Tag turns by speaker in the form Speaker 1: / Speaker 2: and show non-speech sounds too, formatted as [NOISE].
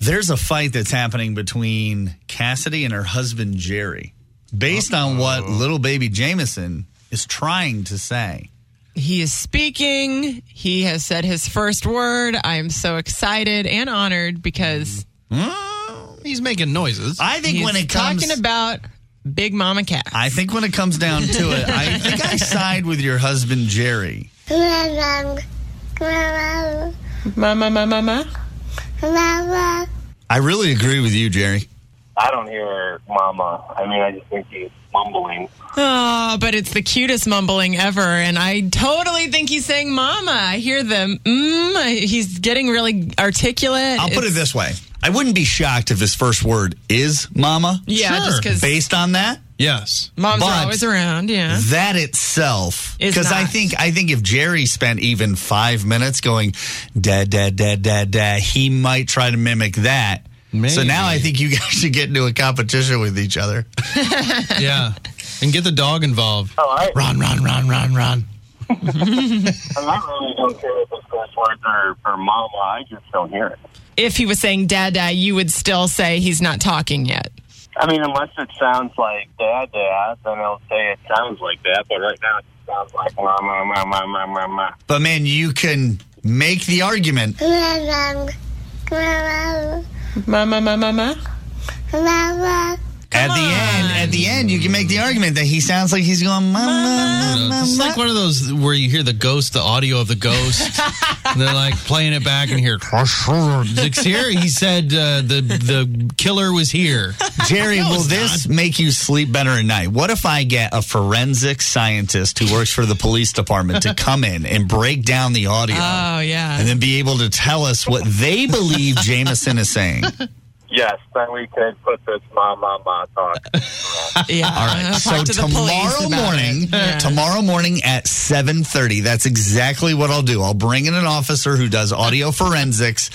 Speaker 1: There's a fight that's happening between Cassidy and her husband Jerry, based on what little baby Jameson is trying to say.
Speaker 2: He is speaking. He has said his first word. I am so excited and honored
Speaker 1: Mm.
Speaker 2: because
Speaker 3: He's making noises.
Speaker 1: I think
Speaker 2: he's
Speaker 1: when it comes
Speaker 2: talking about Big Mama Cat.
Speaker 1: I think when it comes down to it, I think I side with your husband Jerry.
Speaker 2: Mama, mama, mama.
Speaker 1: I really agree with you, Jerry.
Speaker 4: I don't hear mama. I mean, I just think he's mumbling.
Speaker 2: Oh, but it's the cutest mumbling ever, and I totally think he's saying "mama." I hear the mm. He's getting really articulate.
Speaker 1: I'll put it this way. I wouldn't be shocked if his first word is mama.
Speaker 2: Yeah, just 'cause-
Speaker 1: based on that,
Speaker 3: yes.
Speaker 2: Moms
Speaker 1: but-
Speaker 2: are always around. Yeah.
Speaker 1: that itself
Speaker 2: Is
Speaker 1: because I
Speaker 2: not.
Speaker 1: think I think if Jerry spent even five minutes going da da da da da, he might try to mimic that. So now I
Speaker 3: Maybe.
Speaker 1: think you guys should get into a competition with each other.
Speaker 3: yeah. And get the dog involved.
Speaker 4: Oh, I,
Speaker 3: Run, run, run, run, run.
Speaker 4: I mean, I really don't care if his first words are, are mama. I just don't hear it.
Speaker 2: If he was saying "dada," you would still say he's not talking yet.
Speaker 4: I mean, unless it sounds like dad, dad, then I'll say it sounds like that. But right now, it sounds like mama, mama, mama, mama.
Speaker 1: But man, you can make the argument.
Speaker 2: Mama, mama, mama.
Speaker 1: at the end, at the end, you can make the argument that he sounds like he's going mama, mama.
Speaker 3: It's like one of those where you hear the ghost, the audio of the ghost. and they're like playing it back and you hear. It's here. He said uh, the the killer was here.
Speaker 1: Jerry, will this make you sleep better at night? What if I get a forensic scientist who works for the police department to come in and break down the audio?
Speaker 2: Oh yeah.
Speaker 1: and then be able to tell us what they believe Jameson is saying.
Speaker 4: Yes, then we could put this mama, mama talk.
Speaker 1: [LAUGHS]
Speaker 2: Yeah.
Speaker 1: All right. So
Speaker 2: Talk to the police
Speaker 1: tomorrow
Speaker 2: about
Speaker 1: morning,
Speaker 2: it. Yeah.
Speaker 1: tomorrow morning at 7:30, that's exactly what I'll do. I'll bring in an officer who does audio forensics